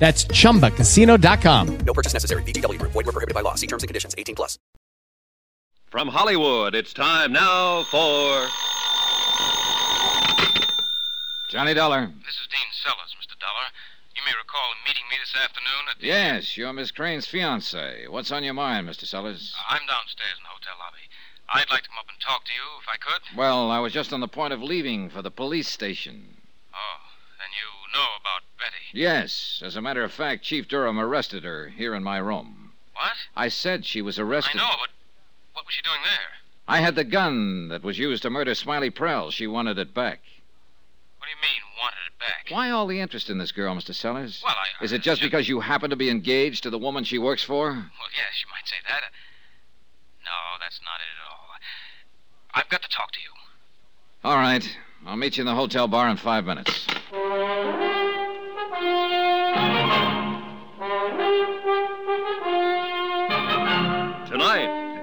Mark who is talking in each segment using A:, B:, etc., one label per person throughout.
A: That's chumbacasino.com.
B: No purchase necessary. VGW Group. Void were prohibited by law. See terms and conditions. 18 plus.
C: From Hollywood, it's time now for.
D: Johnny Dollar.
E: This is Dean Sellers, Mr. Dollar. You may recall meeting me this afternoon at the...
D: Yes, you're Miss Crane's fiance. What's on your mind, Mr. Sellers?
E: I'm downstairs in the hotel lobby. I'd like to come up and talk to you if I could.
D: Well, I was just on the point of leaving for the police station.
E: Oh, then you know about Betty.
D: Yes, as a matter of fact, Chief Durham arrested her here in my room.
E: What?
D: I said she was
E: I
D: arrested.
E: know, but what was she doing there?
D: I had the gun that was used to murder Smiley Prell. She wanted it back.
E: What do you mean, wanted it back?
D: Why all the interest in this girl, Mr. Sellers?
E: Well, I-
D: Is it just
E: I-
D: because you happen to be engaged to the woman she works for?
E: Well, yes, you might say that. No, that's not it at all. I've got to talk to you.
D: All right. I'll meet you in the hotel bar in five minutes.
C: Tonight,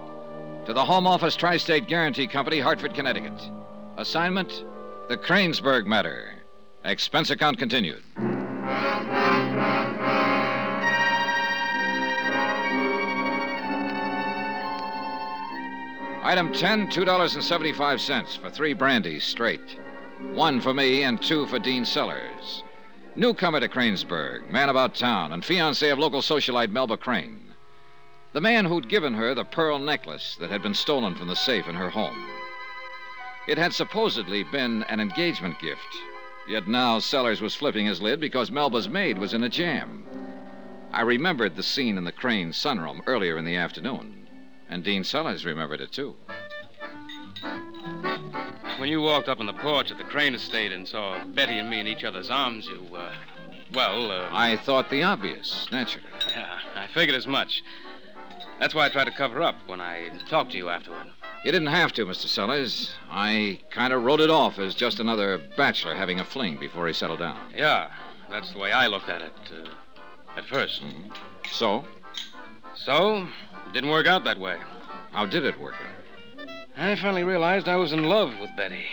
D: To the Home Office Tri State Guarantee Company, Hartford, Connecticut. Assignment The Cranesburg Matter. Expense account continued. Item 10, $2.75 for three brandies straight. One for me and two for Dean Sellers. Newcomer to Cranesburg, man about town, and fiancé of local socialite Melba Crane. The man who'd given her the pearl necklace that had been stolen from the safe in her home. It had supposedly been an engagement gift, yet now Sellers was flipping his lid because Melba's maid was in a jam. I remembered the scene in the Crane sunroom earlier in the afternoon, and Dean Sellers remembered it too.
E: When you walked up on the porch at the Crane Estate and saw Betty and me in each other's arms, you, uh, well, uh,
D: I thought the obvious, naturally.
E: yeah, I figured as much. That's why I tried to cover up when I talked to you afterward.
D: You didn't have to, Mr. Sellers. I kind of wrote it off as just another bachelor having a fling before he settled down.
E: Yeah, that's the way I looked at it uh, at 1st
D: So,
E: So, it didn't work out that way.
D: how did it work
E: I finally realized I was in love with Betty.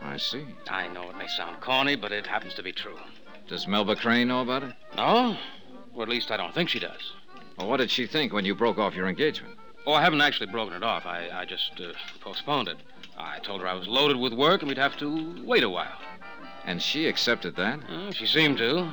D: out? I see.
E: I know it may sound corny, but it happens to be true.
D: Does Melba Crane know about it?
E: No? Or at least I don't think she does.
D: Well, what did she think when you broke off your engagement?
E: Oh, I haven't actually broken it off. I, I just uh, postponed it. I told her I was loaded with work and we'd have to wait a while.
D: And she accepted that?
E: Well, she seemed to.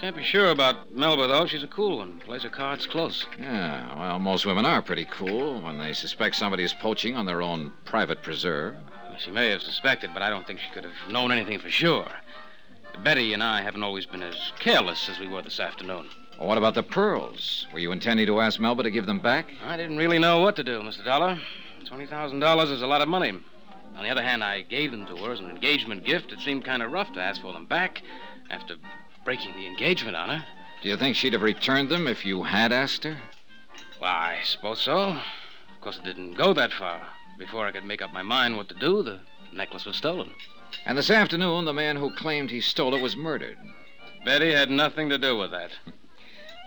E: Can't be sure about Melba, though. She's a cool one. Plays her cards close.
D: Yeah, well, most women are pretty cool when they suspect somebody is poaching on their own private preserve.
E: She may have suspected, but I don't think she could have known anything for sure. Betty and I haven't always been as careless as we were this afternoon.
D: Well, what about the pearls? Were you intending to ask Melba to give them back?
E: I didn't really know what to do, Mr. Dollar. $20,000 is a lot of money. On the other hand, I gave them to her as an engagement gift. It seemed kind of rough to ask for them back after breaking the engagement on her.
D: Do you think she'd have returned them if you had asked her?
E: Well, I suppose so. Of course, it didn't go that far. Before I could make up my mind what to do, the necklace was stolen.
D: And this afternoon, the man who claimed he stole it was murdered.
E: Betty had nothing to do with that.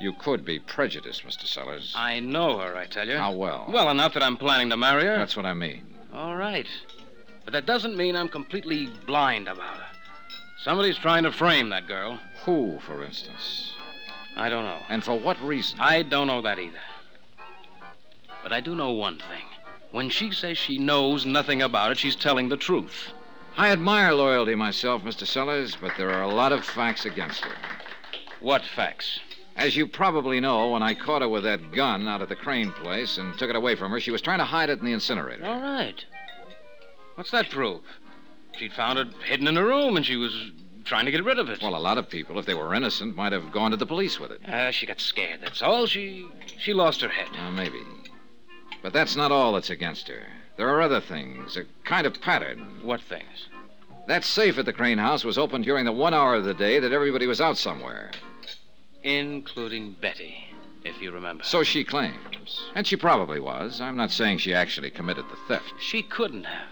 D: You could be prejudiced, Mr. Sellers.
E: I know her, I tell you.
D: How well?
E: Well enough that I'm planning to marry her.
D: That's what I mean.
E: All right. But that doesn't mean I'm completely blind about her. Somebody's trying to frame that girl.
D: Who, for instance?
E: I don't know.
D: And for what reason?
E: I don't know that either. But I do know one thing. When she says she knows nothing about it, she's telling the truth.
D: I admire loyalty myself, Mr. Sellers, but there are a lot of facts against her.
E: What facts?
D: As you probably know, when I caught her with that gun out at the crane place and took it away from her, she was trying to hide it in the incinerator.
E: All right. What's that prove? She'd found it hidden in her room and she was trying to get rid of it.
D: Well, a lot of people, if they were innocent, might have gone to the police with it.
E: Uh, she got scared, that's all. She she lost her head.
D: Uh, maybe. But that's not all that's against her. There are other things, a kind of pattern.
E: What things?
D: That safe at the Crane House was open during the one hour of the day that everybody was out somewhere.
E: Including Betty, if you remember.
D: So she claims. And she probably was. I'm not saying she actually committed the theft.
E: She couldn't have.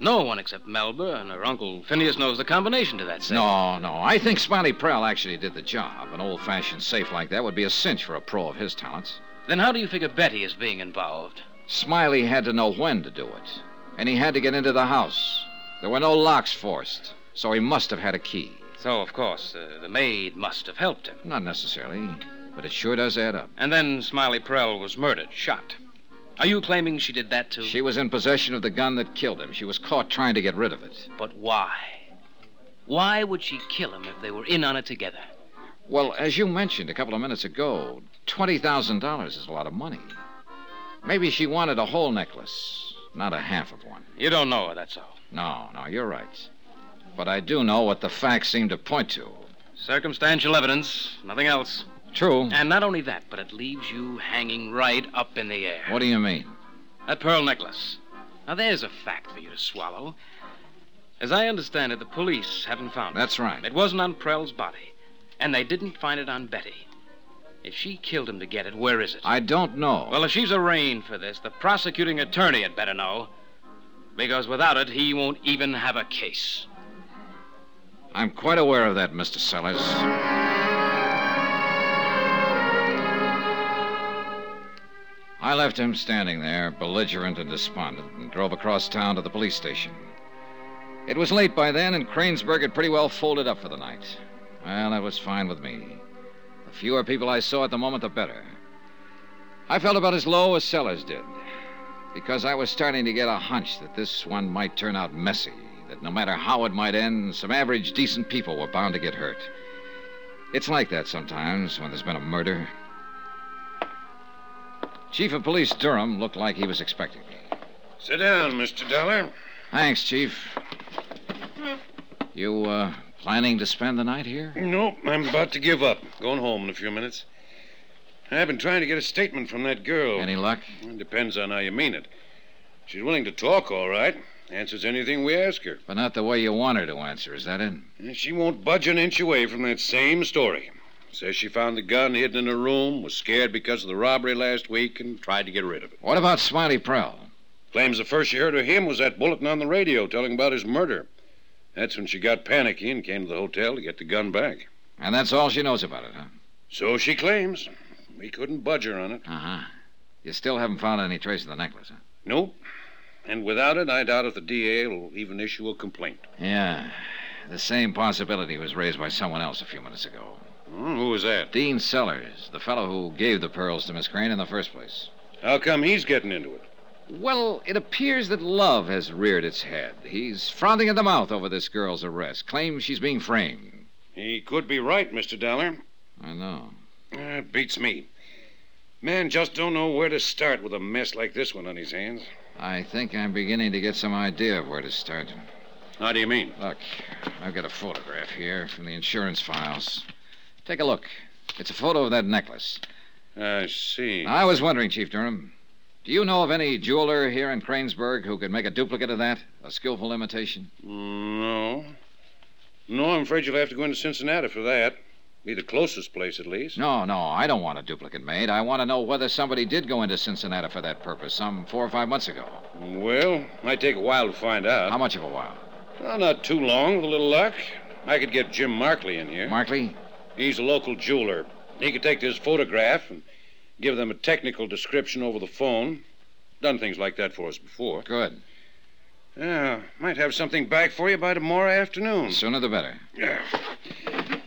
E: No one except Melba and her uncle Phineas knows the combination to that safe.
D: No, no. I think Smiley Prell actually did the job. An old fashioned safe like that would be a cinch for a pro of his talents.
E: Then how do you figure Betty is being involved?
D: Smiley had to know when to do it, and he had to get into the house. There were no locks forced, so he must have had a key.
E: So, of course, uh, the maid must have helped him.
D: Not necessarily, but it sure does add up.
E: And then Smiley Prell was murdered, shot. Are you claiming she did that too?
D: She was in possession of the gun that killed him. She was caught trying to get rid of it.
E: But why? Why would she kill him if they were in on it together?
D: Well, as you mentioned a couple of minutes ago, $20,000 is a lot of money. Maybe she wanted a whole necklace, not a half of one.
E: You don't know her, that's all.
D: No, no, you're right. But I do know what the facts seem to point to.
E: Circumstantial evidence, nothing else.
D: True.
E: And not only that, but it leaves you hanging right up in the air.
D: What do you mean?
E: That pearl necklace. Now, there's a fact for you to swallow. As I understand it, the police haven't found it.
D: That's right.
E: It wasn't on Prell's body, and they didn't find it on Betty. If she killed him to get it, where is it?
D: I don't know.
E: Well, if she's arraigned for this, the prosecuting attorney had better know. Because without it, he won't even have a case.
D: I'm quite aware of that, Mr. Sellers. I left him standing there, belligerent and despondent, and drove across town to the police station. It was late by then, and Cranesburg had pretty well folded up for the night. Well, that was fine with me. The fewer people I saw at the moment, the better. I felt about as low as Sellers did, because I was starting to get a hunch that this one might turn out messy, that no matter how it might end, some average, decent people were bound to get hurt. It's like that sometimes when there's been a murder. Chief of Police Durham looked like he was expecting me.
F: Sit down, Mr. Dollar.
D: Thanks, Chief. You, uh, planning to spend the night here?
F: Nope, I'm about to give up. Going home in a few minutes. I've been trying to get a statement from that girl.
D: Any luck?
F: It depends on how you mean it. She's willing to talk, all right. Answers anything we ask her.
D: But not the way you want her to answer, is that it?
F: And she won't budge an inch away from that same story. Says she found the gun hidden in her room, was scared because of the robbery last week, and tried to get rid of it.
D: What about Smiley Prell?
F: Claims the first she heard of him was that bulletin on the radio telling about his murder. That's when she got panicky and came to the hotel to get the gun back.
D: And that's all she knows about it, huh?
F: So she claims. We couldn't budge her on it.
D: Uh huh. You still haven't found any trace of the necklace, huh?
F: Nope. And without it, I doubt if the DA will even issue a complaint.
D: Yeah. The same possibility was raised by someone else a few minutes ago.
F: Hmm, who was that?
D: Dean Sellers, the fellow who gave the pearls to Miss Crane in the first place.
F: How come he's getting into it?
D: Well, it appears that love has reared its head. He's frothing at the mouth over this girl's arrest, claims she's being framed.
F: He could be right, Mr. Dollar.
D: I know.
F: Uh, beats me. Man just don't know where to start with a mess like this one on his hands.
D: I think I'm beginning to get some idea of where to start.
F: How do you mean?
D: Look, I've got a photograph here from the insurance files. Take a look. It's a photo of that necklace.
F: I see.
D: I was wondering, Chief Durham, do you know of any jeweler here in Cranesburg who could make a duplicate of that? A skillful imitation?
F: No. No, I'm afraid you'll have to go into Cincinnati for that. Be the closest place, at least.
D: No, no, I don't want a duplicate made. I want to know whether somebody did go into Cincinnati for that purpose some four or five months ago.
F: Well, might take a while to find out.
D: How much of a while?
F: Well, not too long, with a little luck. I could get Jim Markley in here.
D: Markley?
F: He's a local jeweler. He could take this photograph and give them a technical description over the phone. Done things like that for us before.
D: Good.
F: Yeah, might have something back for you by tomorrow afternoon.
D: Sooner the better.
F: Yeah.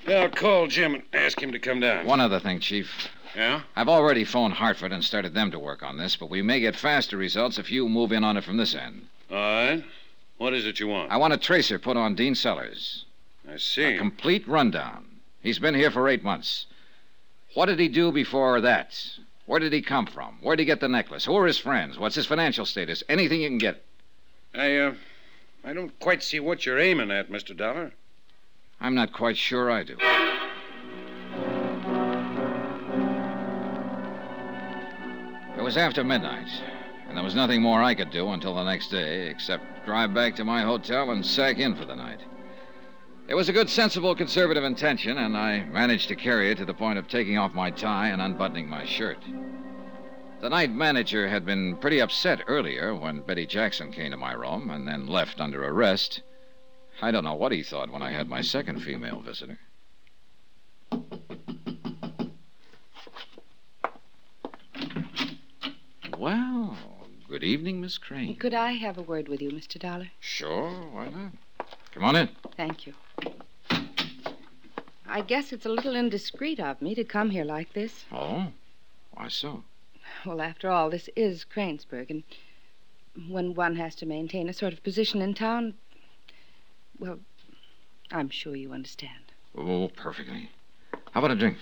F: I'll call Jim and ask him to come down.
D: One other thing, Chief.
F: Yeah?
D: I've already phoned Hartford and started them to work on this, but we may get faster results if you move in on it from this end.
F: All right. What is it you want?
D: I want a tracer put on Dean Sellers.
F: I see.
D: Complete rundown. He's been here for eight months. What did he do before that? Where did he come from? Where did he get the necklace? Who are his friends? What's his financial status? Anything you can get.
F: I, uh, I don't quite see what you're aiming at, Mr. Dollar.
D: I'm not quite sure I do. It was after midnight, and there was nothing more I could do until the next day except drive back to my hotel and sack in for the night. It was a good, sensible, conservative intention, and I managed to carry it to the point of taking off my tie and unbuttoning my shirt. The night manager had been pretty upset earlier when Betty Jackson came to my room and then left under arrest. I don't know what he thought when I had my second female visitor. Well, good evening, Miss Crane.
G: Could I have a word with you, Mr. Dollar?
D: Sure, why not? Come on in.
G: Thank you. I guess it's a little indiscreet of me to come here like this.
D: Oh, why so?
G: Well, after all, this is Cranesburg, and when one has to maintain a sort of position in town, well, I'm sure you understand.
D: Oh, perfectly. How about a drink?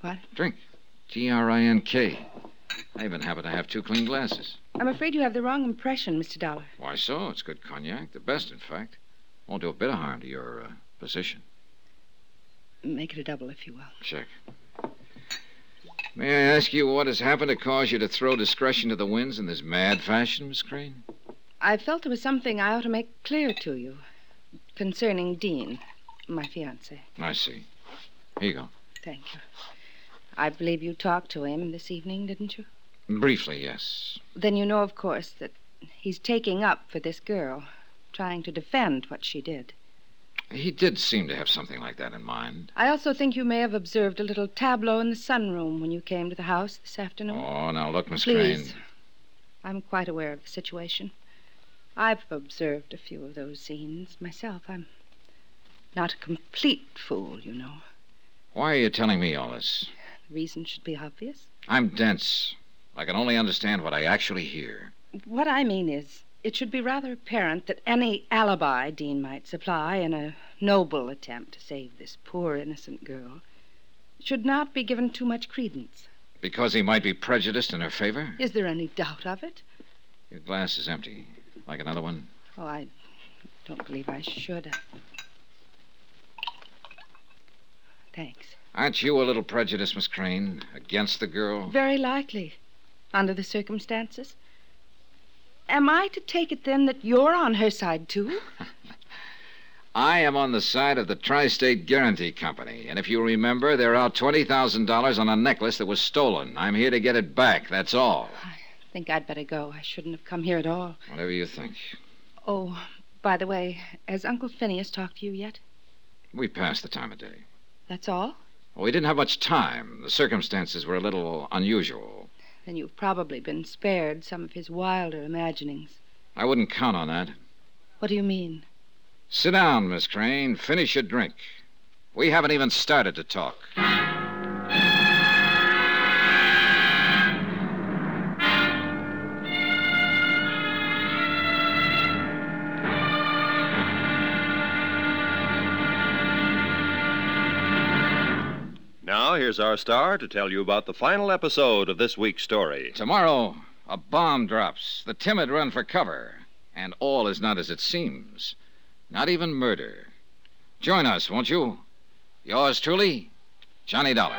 G: What?
D: Drink. T R I N K. I even happen to have two clean glasses.
G: I'm afraid you have the wrong impression, Mr. Dollar.
D: Why so? It's good cognac, the best, in fact. Won't do a bit of harm to your uh, position.
G: Make it a double, if you will.
D: Check. May I ask you what has happened to cause you to throw discretion to the winds in this mad fashion, Miss Crane?
G: I felt there was something I ought to make clear to you concerning Dean, my fiance.
D: I see. Here you go.
G: Thank you. I believe you talked to him this evening, didn't you?
D: Briefly, yes.
G: Then you know, of course, that he's taking up for this girl, trying to defend what she did.
D: He did seem to have something like that in mind.
G: I also think you may have observed a little tableau in the sunroom when you came to the house this afternoon.
D: Oh, now look, Miss
G: Please.
D: Crane.
G: I'm quite aware of the situation. I've observed a few of those scenes myself. I'm not a complete fool, you know.
D: Why are you telling me all this?
G: The reason should be obvious.
D: I'm dense. I can only understand what I actually hear.
G: What I mean is, it should be rather apparent that any alibi Dean might supply in a noble attempt to save this poor innocent girl should not be given too much credence.
D: Because he might be prejudiced in her favor?
G: Is there any doubt of it?
D: Your glass is empty. Like another one?
G: Oh, I don't believe I should. Thanks.
D: Aren't you a little prejudiced, Miss Crane? Against the girl?
G: Very likely, under the circumstances. Am I to take it then that you're on her side too?
D: I am on the side of the Tri State Guarantee Company, and if you remember, they're out $20,000 on a necklace that was stolen. I'm here to get it back, that's all.
G: Think I'd better go. I shouldn't have come here at all.
D: Whatever you think.
G: Oh, by the way, has Uncle Phineas talked to you yet?
D: We passed the time of day.
G: That's all?
D: We didn't have much time. The circumstances were a little unusual.
G: Then you've probably been spared some of his wilder imaginings.
D: I wouldn't count on that.
G: What do you mean?
D: Sit down, Miss Crane. Finish your drink. We haven't even started to talk.
C: Now, here's our star to tell you about the final episode of this week's story.
D: Tomorrow, a bomb drops. The timid run for cover. And all is not as it seems. Not even murder. Join us, won't you? Yours truly, Johnny Dollar.